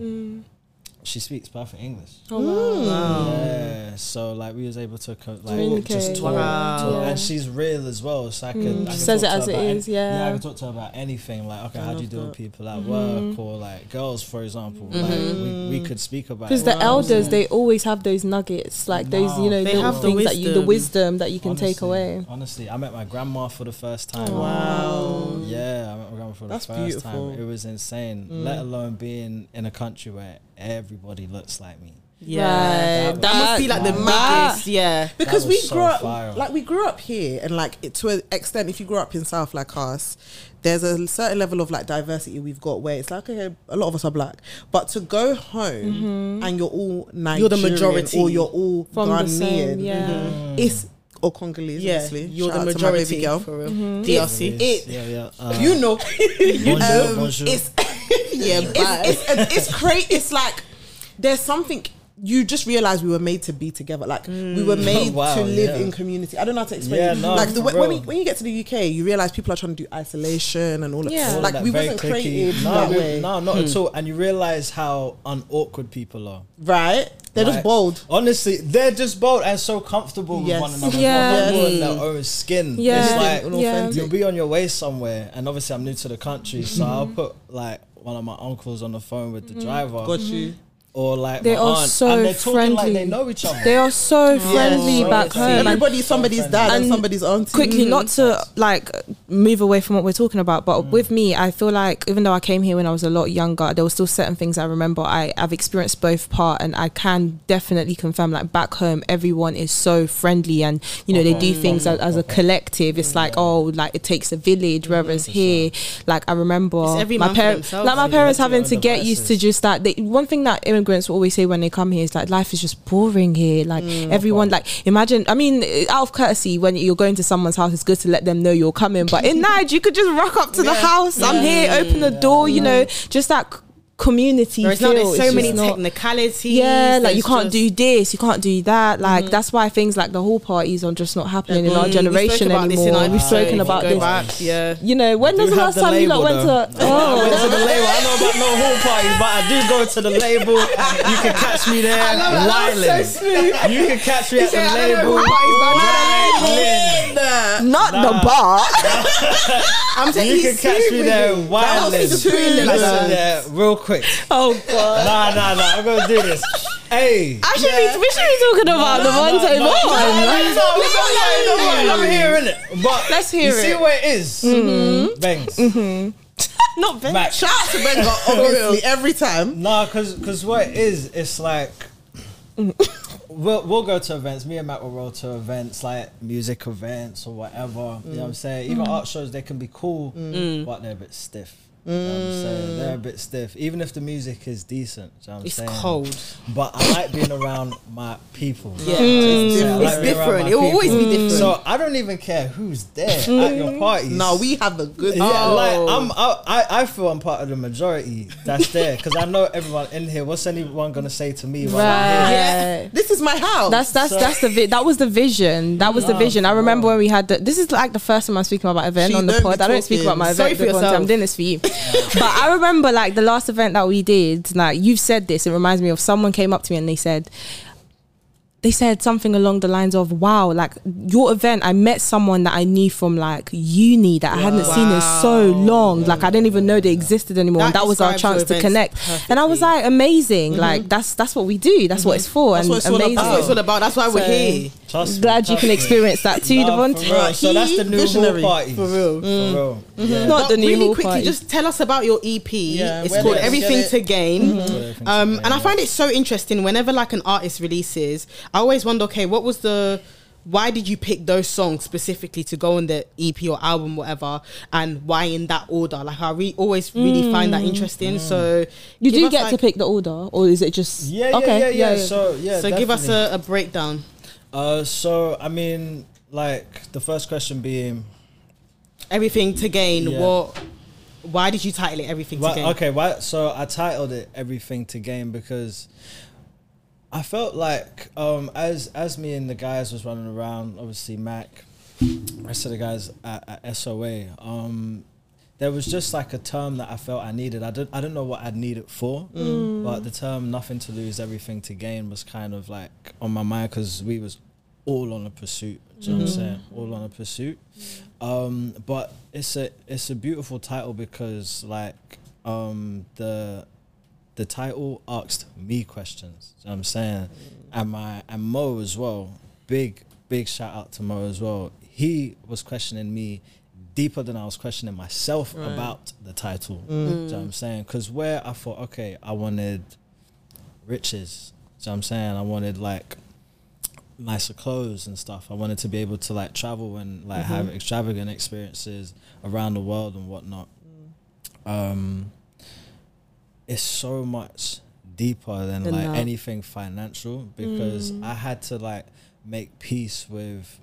S6: She speaks perfect English.
S5: Oh, wow.
S6: Yeah. So like we was able to co- like
S5: Communicate,
S6: just talk,
S5: yeah.
S6: talk-
S5: Yeah.
S6: and she's real as well. So I could I
S5: Mm.
S6: could
S5: She says
S6: talk
S5: it
S6: to
S5: as
S6: her
S5: it
S6: about
S5: is,
S6: any-
S5: yeah.
S6: I can talk to her about anything. Like okay, how do you
S2: love
S6: deal
S2: that.
S6: with people at
S5: Mm-hmm.
S6: work or like girls, for example? Like we, we could speak about
S5: Because
S6: it.
S5: the elders, they always have those nuggets, like those, you
S6: Nah.
S5: know,
S6: They
S5: little
S4: have the
S5: things that you, the
S4: wisdom.
S5: wisdom that you can take
S6: Honestly,
S5: away.
S6: Honestly, I met my grandma for the first time.
S2: Wow.
S6: Yeah, I met my grandma for the
S2: That's
S6: first
S2: beautiful.
S6: time. It was insane.
S5: Mm.
S6: Let alone being in a country where everybody looks like me.
S4: Yeah.
S5: Right.
S4: That must be like the
S5: That-
S4: biggest. Yeah.
S2: because
S6: That
S2: we
S6: was
S2: grew
S6: so
S2: up
S6: viral.
S2: like we grew up here and like it, to an extent if you grew up in south like us there's a certain level of like diversity we've got where it's like okay a lot of us are black but to go home and you're all Nigerian
S4: You're the majority.
S2: or you're all
S5: From the same,
S2: Ghanaian
S5: yeah.
S6: Mm-hmm.
S2: it's or Congolese
S4: Mm. Yeah.
S2: obviously
S4: You're
S2: Shout
S4: the
S2: out to my
S4: majority.
S2: baby girl Mm-hmm.
S4: For real. DRC.
S2: It-
S6: yeah, yeah. Uh,
S2: you know Um,
S6: bonjour, bonjour.
S2: it's yeah it's it's, it's, it's crazy it's like there's something you just realize we were made to be together like we
S4: Mm.
S2: were made
S6: Wow,
S2: to live
S6: yeah.
S2: in community i don't know how to explain
S6: Yeah,
S2: it.
S6: no,
S2: like the
S6: for
S2: way, when, we,
S6: real.
S2: when you get to the uk you realize people are trying to do isolation and all that
S5: Yeah.
S6: All of
S2: like
S6: that
S2: we
S6: very
S2: wasn't
S6: cliquey.
S2: created
S6: no,
S2: that
S6: we-
S2: way Hmm.
S6: No, not at all. And you realize how unawkward people are.
S2: right they're just
S6: Like,
S2: bold
S6: Honestly, they're just bold and so comfortable
S2: Yes.
S6: with one another.
S5: Yeah.
S6: Yeah.
S5: Yes.
S6: in their own skin.
S5: Yeah.
S6: It's
S5: Yeah.
S6: like
S5: Yeah.
S6: you'll be on your way somewhere, and obviously I'm new to the country, so I'll
S2: Mm-hmm.
S6: put like one of my uncles on the phone with the driver,
S2: got you
S6: or like
S5: They
S6: my
S5: are
S6: aunt,
S5: so
S6: and they're talking like
S5: friendly.
S6: they know each other.
S5: They are so friendly
S6: so
S5: back
S6: they
S5: home. And
S2: everybody's somebody's dad and,
S5: And
S2: somebody's auntie
S5: quickly, not to
S4: Mm-hmm.
S5: like move away from what we're talking about, but
S4: Mm.
S5: with me, I feel like even though I came here when I was a lot younger, there were still certain things I remember. I, I've experienced both part, and I can definitely confirm, like back home, everyone is so friendly, and you know they do
S4: Mm-hmm.
S5: things as, as a collective. It's like oh, like it takes a village, whereas here, like I remember
S4: Mm-hmm. It's every
S5: my
S4: man for
S5: parents,
S4: themselves.
S5: like my
S4: Yeah,
S5: parents
S6: that's
S5: having
S6: your
S5: to
S6: own
S5: get used to
S6: devices.
S5: just that. They, one thing that immigrants will always say when they come here is like life is just boring here. Like
S4: Mm.
S5: everyone, like imagine. I mean, uh, out of courtesy, when you're going to someone's house, it's good to let them know you're coming. But in Niger, you could just rock up to the house. I'm here. Open the door. You know,
S4: Mm.
S5: just that c- community
S4: There's
S5: feel.
S4: now there's
S5: It's
S4: so
S5: just
S4: many
S5: not-
S4: technicalities.
S5: yeah, like you
S4: there's
S5: can't
S4: just- Mm-hmm.
S5: do this, you can't do that. Like that's why things like the whole parties are just not happening in our
S4: Mm,
S5: generation anymore. We've spoken about
S4: We spoke about this. in
S5: this.
S4: our episode. If you go back,
S5: You know, when
S6: do
S5: was the
S6: have
S5: last
S6: the
S5: time you lot went
S6: label,
S5: to? Oh,
S6: I went to the label. I know about no hall parties, but I do go to the label. You can catch me there. I
S4: love that. That was so smooth.
S6: You can catch me at the
S4: said, "I don't know
S6: label.
S4: who parties, but I know
S6: Wilding.
S5: not the bar.
S4: I'm saying
S6: You can
S4: he's
S6: catch me
S4: serious.
S6: there.
S2: That
S6: Wilding.
S2: was between
S6: Like,
S2: them.
S6: yeah, real quick.
S5: oh god.
S6: Nah, nah, nah. I'm gonna do this. Hey.
S5: I should be, we should be talking about the one
S6: No, no, no, no, no, no,
S5: time.
S6: no, no, no, I'm hearing it, but
S5: Let's hear
S6: you see
S5: it.
S6: where it is? Bangs,
S5: Not bad.
S6: Mac.
S2: shout out to benga obviously every time
S6: Nah, cause cause what it is, it's like we'll, we'll go to events. Me and Matt will roll to events like music events or whatever. You know
S4: Mm.
S6: what I'm saying? Even art shows, they can be cool, but they're a bit stiff. You know what I'm saying? They're a bit stiff. Even if the music is decent. You know what I'm
S4: Mm. It's
S6: saying?
S4: cold.
S6: But I like being around my people.
S4: Yeah. Mm.
S6: Yeah, I like
S4: It's
S6: being around
S4: different.
S6: my
S4: It will always be
S6: people.
S4: different. Mm.
S6: So I don't even care who's there at your parties.
S2: No, we have a good.
S6: Yeah,
S2: time.
S5: Oh.
S6: like I'm, I, I- I feel I'm part of the majority that's there because I know everyone in here. What's anyone gonna say to me? While I'm here?
S5: Right.
S2: This is my house.
S5: That's that's
S6: So-
S5: that's the vi- that was the vision. That was the
S6: Wow,
S5: vision. I
S6: wow.
S5: remember when we had the, this is like the first time I'm speaking about my event
S2: She
S5: on the
S2: don't be
S5: pod. I don't speak
S2: talking.
S5: about my
S4: Sorry
S5: event.
S4: for
S5: the content.
S4: yourself.
S5: I'm doing this for you. but I remember like the last event that we did. Like you've said this, it reminds me of someone came up to me and they said. They said something along the lines of, "Wow, like your event, I met someone that I knew from like uni that I hadn't seen in so long. Like I didn't even know they existed anymore.
S4: That
S5: and that was our
S4: describes your
S5: chance to
S4: events
S5: connect." And I was like, "Amazing! Like that's that's what we do. That's what it's for.
S2: That's
S5: and
S2: what it's all
S5: amazing.
S2: about.
S4: That's what it's all about. That's why we're
S5: So-
S4: here.
S6: Trust me,
S5: Glad you
S6: trust
S5: can
S6: me.
S5: experience that too,
S6: Nah,
S5: Devon.
S6: for real. So that's the new
S2: Visionary.
S6: whole party. For real. For real. Yeah.
S5: Mm-hmm. Not
S4: But
S5: the new
S4: really
S5: whole
S4: quickly,
S5: party.
S4: just tell us about your EP.
S6: Yeah,
S4: it's
S6: where
S4: called
S6: they can get
S4: Everything
S6: it.
S4: to Gain.
S5: Mm-hmm.
S6: Everything to
S4: Um,
S6: Gain,
S4: and I
S6: yeah.
S4: find it so interesting whenever like an artist releases, I always wonder, okay, what was the why did you pick those songs specifically to go on the EP or album, whatever, and why in that order? Like I re- always really find that interesting.
S6: Mm.
S4: So
S5: Mm. you
S4: give
S5: do
S4: us,
S5: get to
S4: like-
S5: pick the order, or is it just
S6: Yeah, yeah, yeah, yeah, So Oh, yeah.
S4: so give us
S6: definitely.
S4: a, a breakdown.
S6: Uh, so I mean, like the first question being,
S4: Everything to Gain.
S6: Yeah.
S4: What? Why did you title it Everything
S6: why,
S4: to Gain?
S6: okay, why? So I titled it "Everything to Gain" because I felt like um, as as me and the guys was running around, obviously Mac, rest of the guys at, at SOA. Um, there was just like a term that I felt I needed. I don't I don't know what I'd need it for, but the term "nothing to lose, everything to gain" was kind of like on my mind because we was all on a pursuit. Do you know what I'm saying? All on a pursuit. Um, but it's a it's a beautiful title because like um, the the title asked me questions. You know what I'm saying, and my and Mo as well. Big big shout out to Mo as well. He was questioning me deeper than I was questioning myself about the title.
S5: Mm.
S6: Do you know what I'm saying? Because where I thought, okay, I wanted riches. Do you know what I'm saying? I wanted like nicer clothes and stuff. I wanted to be able to like travel and like
S5: Mm-hmm.
S6: have extravagant experiences around the world and whatnot.
S5: Mm.
S6: Um, it's so much deeper than,
S5: Than
S6: like
S5: that. Mm.
S6: anything financial because I had to like make peace with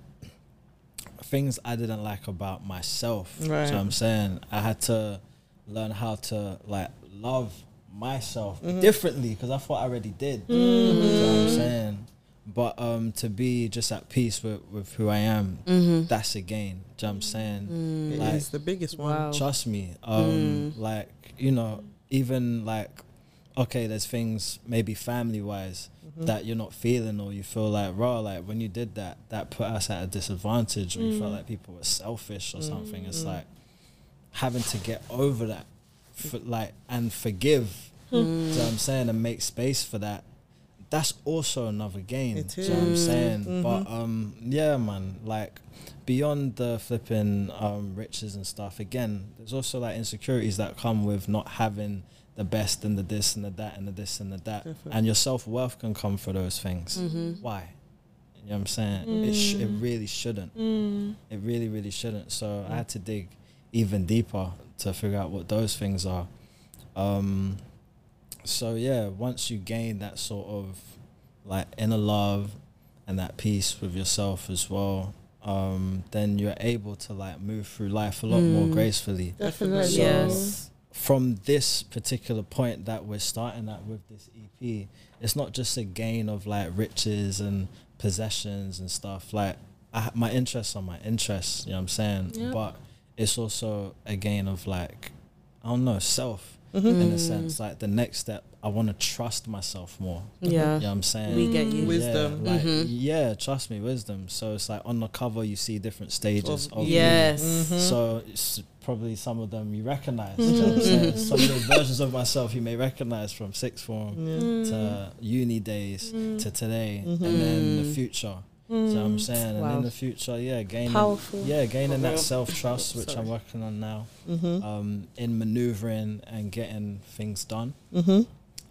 S6: things I didn't like about myself.
S2: Right.
S6: So I'm saying I had to learn how to like love myself differently because I thought I already did. So I'm saying, but um, to be just at peace with, with who I am,
S4: Mm-hmm.
S6: that's a gain. Do you know what I'm saying?
S2: It
S6: Like,
S2: is the biggest one.
S6: Trust me. Um, Like, you know, even like, okay, there's things maybe family wise that you're not feeling or you feel like, raw, like when you did that, that put us at a disadvantage or you felt like people were selfish or something. It's like having to get over that, for, like, and forgive. Do you know what I'm saying? And make space for that. That's also another gain.
S2: It
S6: do you know what I'm saying? But um, yeah, man, like beyond the flipping um, riches and stuff, again, there's also like insecurities that come with not having the best and the this and the that and the this and the that.
S2: Mm-hmm.
S6: And your self worth can come for those
S4: Mm.
S6: things.
S4: Mm-hmm.
S6: Why? You know what I'm saying? It, sh- it really shouldn't.
S5: Mm,
S6: It really, really shouldn't. So I had to dig even deeper to figure out what those things are. Um, so yeah, once you gain that sort of like inner love and that peace with yourself as well, um, then you're able to like move through life a lot more gracefully.
S5: Definitely.
S6: So
S4: Yes.
S6: from this particular point that we're starting at with this EP, it's not just a gain of like riches and possessions and stuff. Like I, ha- my interests are my interests, you know what I'm saying? But it's also a gain of like, I don't know, self
S4: Mm-hmm.
S6: in
S4: Mm.
S6: a sense. Like the next step, I want to trust myself more.
S4: Yeah.
S6: You know what I'm saying?
S4: We get Mm-hmm. you.
S2: Wisdom.
S6: Yeah, like, yeah, trust me, wisdom. So it's like on the cover, you see different stages of
S4: Yes.
S2: Mm-hmm.
S6: so it's probably some of them you recognize. you know what I'm saying? Some of the versions of myself you may recognize from sixth form
S5: mm,
S6: to uni days to today, and then the future. So I'm saying, and
S4: Wow.
S6: in the future, yeah, gaining,
S5: mm. Powerful.
S6: yeah, gaining that self trust, which I'm working on now,
S2: mm-hmm.
S6: um, in maneuvering and
S2: Mm-hmm.
S6: getting things done.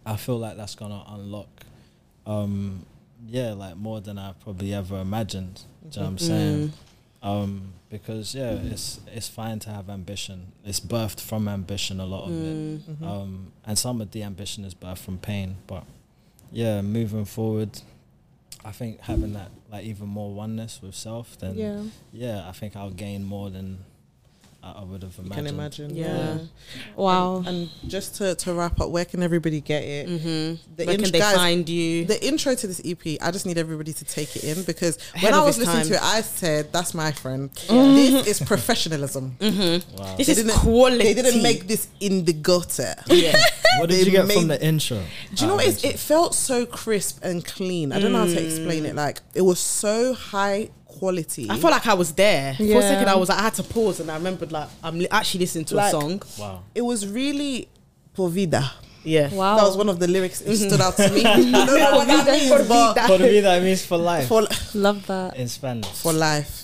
S6: I feel like that's gonna unlock um, yeah, like more than I probably ever imagined. Do you know what I'm
S4: Mm-hmm.
S6: saying? Um, because yeah, it's it's fine to have ambition. It's birthed from ambition
S4: Mm-hmm.
S6: a lot of it,
S2: Mm-hmm.
S6: um, and some of the ambition is birthed from pain. But yeah, moving forward, I think having that like even more oneness with self, then yeah,
S5: Yeah.
S6: I think I'll gain more than I, I would have
S2: Can
S6: imagined.
S2: imagine.
S4: Yeah. Oh.
S5: Wow.
S2: And just to, to wrap up, where can everybody get it?
S4: Mm-hmm.
S2: The
S4: Where
S2: int-
S4: can they
S2: guys,
S4: find you?
S2: The intro to this EP, I just need everybody to take it in because
S4: Ahead
S2: when I
S4: of
S2: was
S4: its
S2: listening
S4: time.
S2: to it, I said, "That's my friend. This is professionalism.
S6: Wow.
S4: this
S2: They
S4: is
S2: didn't-
S4: quality.
S2: They didn't make this in the gutter."
S4: Yeah.
S6: What did
S2: They
S6: you get from
S2: made-
S6: the intro? Um,
S2: Do you know what it, is? it felt so crisp and clean? I don't know how to explain it. Like it was so high quality.
S4: Mm. I felt like I was there. For a
S5: Yeah.
S4: second, I was. I had to pause, and I remembered like I'm li- actually listening to
S2: Like-
S4: a song.
S6: Wow.
S2: it was really por vida.
S4: Yeah.
S5: Wow.
S2: That was one of the lyrics that stood out to me. I don't know what that
S5: Vida,
S2: means, but
S6: For me, that means for life
S2: for
S5: Love that.
S6: in Spanish.
S2: for life.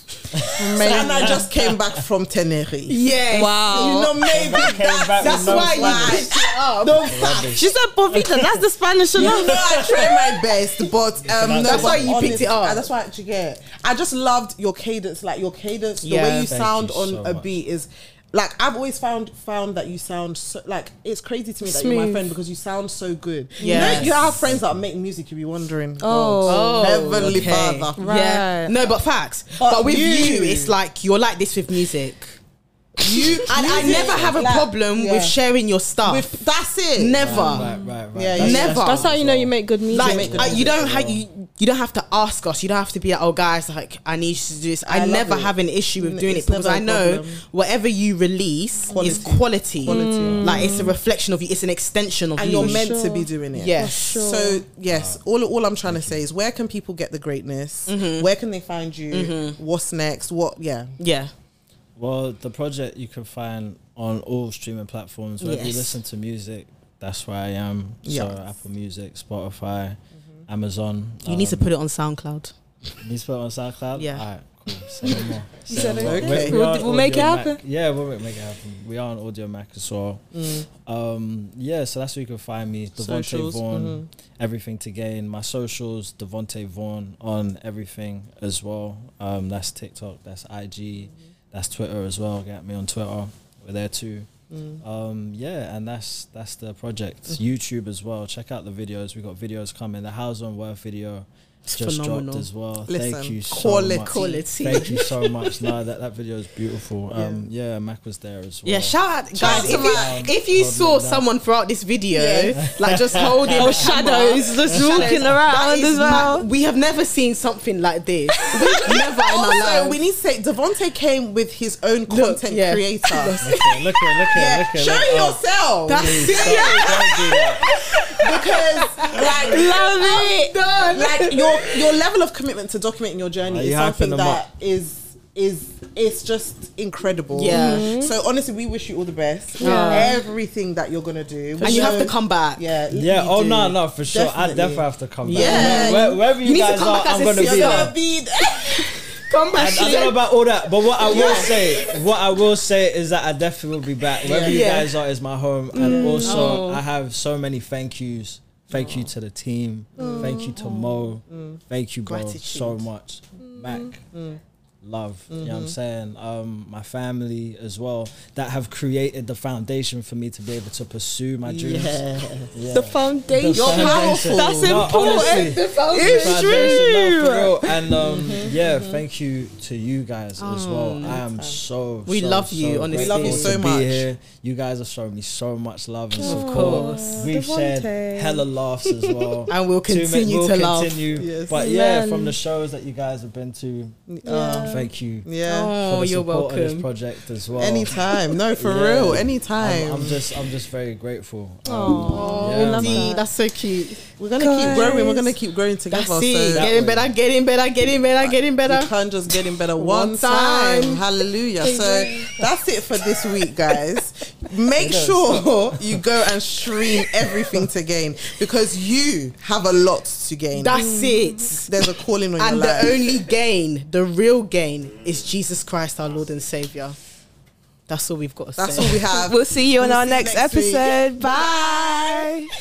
S2: and I just came back from Tenerife.
S4: Yes.
S5: Wow.
S2: You know, maybe
S6: I came
S2: that's,
S6: back with
S2: that's
S6: no
S2: why
S6: Spanish.
S2: you picked up. No fact.
S5: She said Povita. That's the Spanish.
S2: You
S5: enough.
S2: know, I tried my best, but um, no,
S6: that's
S2: but
S4: why you
S2: honest-
S4: picked it up.
S2: uh, That's why I actually get. I just loved your cadence, like your cadence, the
S4: Yeah.
S2: way you
S6: Thank
S2: sound
S6: you
S2: on
S6: so
S2: a
S6: much.
S2: beat is. Like I've always found found that you sound so like it's crazy to me that you're my
S5: Smooth.
S2: friend because you sound so good. You know,
S4: Yes.
S2: you have friends that make music. You be wondering,
S5: Oh.
S2: God, heavenly
S4: okay.
S2: father,
S5: Right.
S4: Yeah. No, but facts.
S2: But
S4: But, with
S2: you-
S4: you, it's like you're like this with music. You and I
S2: music,
S4: never have a
S2: like-
S4: problem
S2: yeah.
S4: with sharing your stuff.
S2: With that's it.
S4: never.
S6: Right, right,
S2: Yeah,
S6: right. That's-
S2: you-
S6: that's-
S4: Never.
S5: That's how you know you make good music.
S4: like
S2: make good
S4: I-
S2: music
S4: you don't
S6: as
S4: have
S6: well.
S4: you, you don't have to ask us. You don't have to be like, oh guys, like I need you to do this.
S2: I
S4: I,
S2: love
S4: never
S2: it.
S4: have an issue with
S2: N-
S4: doing
S2: it's
S4: it because
S2: never a
S4: I know
S2: problem.
S4: whatever you release is quality. Mm. Like it's a reflection of you. It's an extension of
S2: and
S4: you.
S2: you're meant
S5: sure.
S2: to be doing it.
S4: Yes.
S5: For sure.
S2: So yes,
S6: Uh,
S2: all all I'm trying to say is where can people get the greatness? Where can they find you? What's next? What? Yeah.
S4: yeah.
S6: Well, the project you can find on all streaming platforms. Wherever you
S4: Yes.
S6: listen to music, that's where I am.
S2: Yes.
S6: So Apple Music, Spotify, Amazon.
S4: Mm-hmm. You need to
S6: um,
S4: put it on SoundCloud.
S6: you need to put it on SoundCloud.
S4: Yeah.
S6: All right, cool. Say no more. Say no more.
S2: okay.
S6: We're- we
S5: We'll
S6: are
S5: d-
S6: on
S5: we'll make
S6: Audio
S5: it
S6: Mac.
S5: happen.
S6: Yeah, we'll make it happen. We are on Audio Mac as well.
S4: Mm.
S6: Um, yeah, so that's where you can find me, Devonte
S2: Socials,
S6: Vaughn.
S4: mm-hmm.
S6: Everything to gain. My socials, Devonte Vaughn on everything as well. Um, that's TikTok, that's IG, that's Twitter as well. Get me on Twitter. We're there too.
S4: Mm.
S6: Um, yeah, and that's that's the project.
S4: Mm-hmm.
S6: YouTube as well. Check out the videos. We got videos coming. The House on Worth video just dropped
S4: phenomenal.
S6: as well. Thank
S2: Listen,
S6: you so
S2: quality.
S6: much.
S4: Quality.
S6: Thank you so much. No, that, that video is beautiful. Um, yeah, Mac was there as well.
S4: Yeah, shout out, guys!
S2: Shout out to
S4: if, you,
S2: Mac.
S4: if you
S6: Hold
S4: saw
S6: it down.
S4: someone throughout this video, like just holding
S5: Or
S4: the
S5: shadows
S4: camera,
S5: just walking
S4: that
S5: around
S4: is
S5: as
S4: ma-
S5: well.
S4: we have never seen something like this. We've never in our
S2: Also,
S4: lives.
S2: we need to say Devonte came with his own content
S4: yeah.
S2: creator.
S6: Look at, look at, look
S2: Yeah,
S6: at, look at.
S2: show
S6: look at. Oh,
S2: yourself
S4: That's
S6: please,
S4: it.
S6: don't- don't do that.
S2: because, like,
S5: Love it.
S2: like your your level of commitment to documenting your journey
S6: Are
S2: is
S6: Uh, you
S2: something
S6: hyping them
S2: that
S6: up?
S2: is is it's just incredible. Mm-hmm.
S4: Yeah. Mhm.
S2: So honestly, we wish you all the best.
S5: Yeah.
S2: Everything that you're gonna do,
S4: and you
S2: So-
S4: have to come back.
S2: Yeah.
S6: Yeah,
S2: you
S6: oh
S2: do.
S6: no, no, for sure. I
S2: Definitely.
S6: definitely have to come back.
S2: Yeah.
S6: Where- where- wherever you,
S4: need to
S6: guys
S4: come
S6: are,
S4: back as
S6: I'm
S4: a
S6: gonna
S4: sister.
S6: be
S2: You're
S6: there.
S2: gonna be
S5: Come back.
S6: I, I don't know about all that, but what I will say, what I will say is that I definitely will be back. Wherever you
S4: Yeah. Mm. Oh.
S6: guys are is my home, and also I have so many thank yous. Thank you to the team. Thank you to Mo.
S4: Mm.
S6: Thank you, bro, so much. Mac, love. You
S4: Mm-hmm.
S6: know what I'm saying? Um, my family as well that have created the foundation for me to be able to pursue my dreams.
S2: Yeah.
S6: Yeah.
S5: The foundation.
S6: You're powerful.
S5: That's
S6: No, honestly.
S5: important. The foundation.
S6: It's true. And um,
S4: Mm-hmm.
S6: yeah, thank you to you guys as well. I am so
S4: Oh, We
S6: so,
S4: love you,
S6: so
S4: honestly.
S2: We love you
S6: grateful
S2: so
S6: to be
S2: much.
S6: here. You guys have shown me so much love and support.
S4: course.
S6: We've shared
S5: Devontae.
S6: hella laughs as well.
S4: And we'll
S6: Too many-
S4: continue
S6: we'll
S4: to laugh.
S6: continue.
S2: Yes.
S6: But yeah,
S5: Amen.
S6: from the shows that you guys have been to,
S2: Uh,
S6: thank you.
S2: yeah.
S6: for
S4: Oh,
S6: the
S4: you're
S6: support of this
S4: welcome.
S6: project as well.
S2: Anytime. No, for
S6: Yeah.
S2: real.
S6: I'm,
S2: Anytime.
S6: I'm just, I'm just very grateful. Um,
S5: Aw, we
S6: yeah,
S5: love
S6: man.
S5: that.
S4: That's so cute.
S2: we're gonna keep
S5: Guys.
S2: growing. We're gonna keep growing together.
S4: That's it.
S2: So
S6: That
S4: Getting
S6: way.
S4: better, getting better, getting better, getting
S2: you
S4: better.
S2: can't just get in better one,
S4: One
S2: time.
S4: time.
S2: Hallelujah. So that's it for this week, guys. Make sure you go and stream everything to gain because you have a lot to gain. Mm.
S4: That's it.
S2: There's a calling on
S4: And
S2: your life.
S4: the only gain, the real gain, is Jesus Christ, our Lord and Savior. That's all we've got to
S2: that's
S4: say.
S2: all we have.
S5: We'll see you on
S2: We'll
S5: our
S2: see you
S5: next,
S2: next week.
S5: episode. Bye.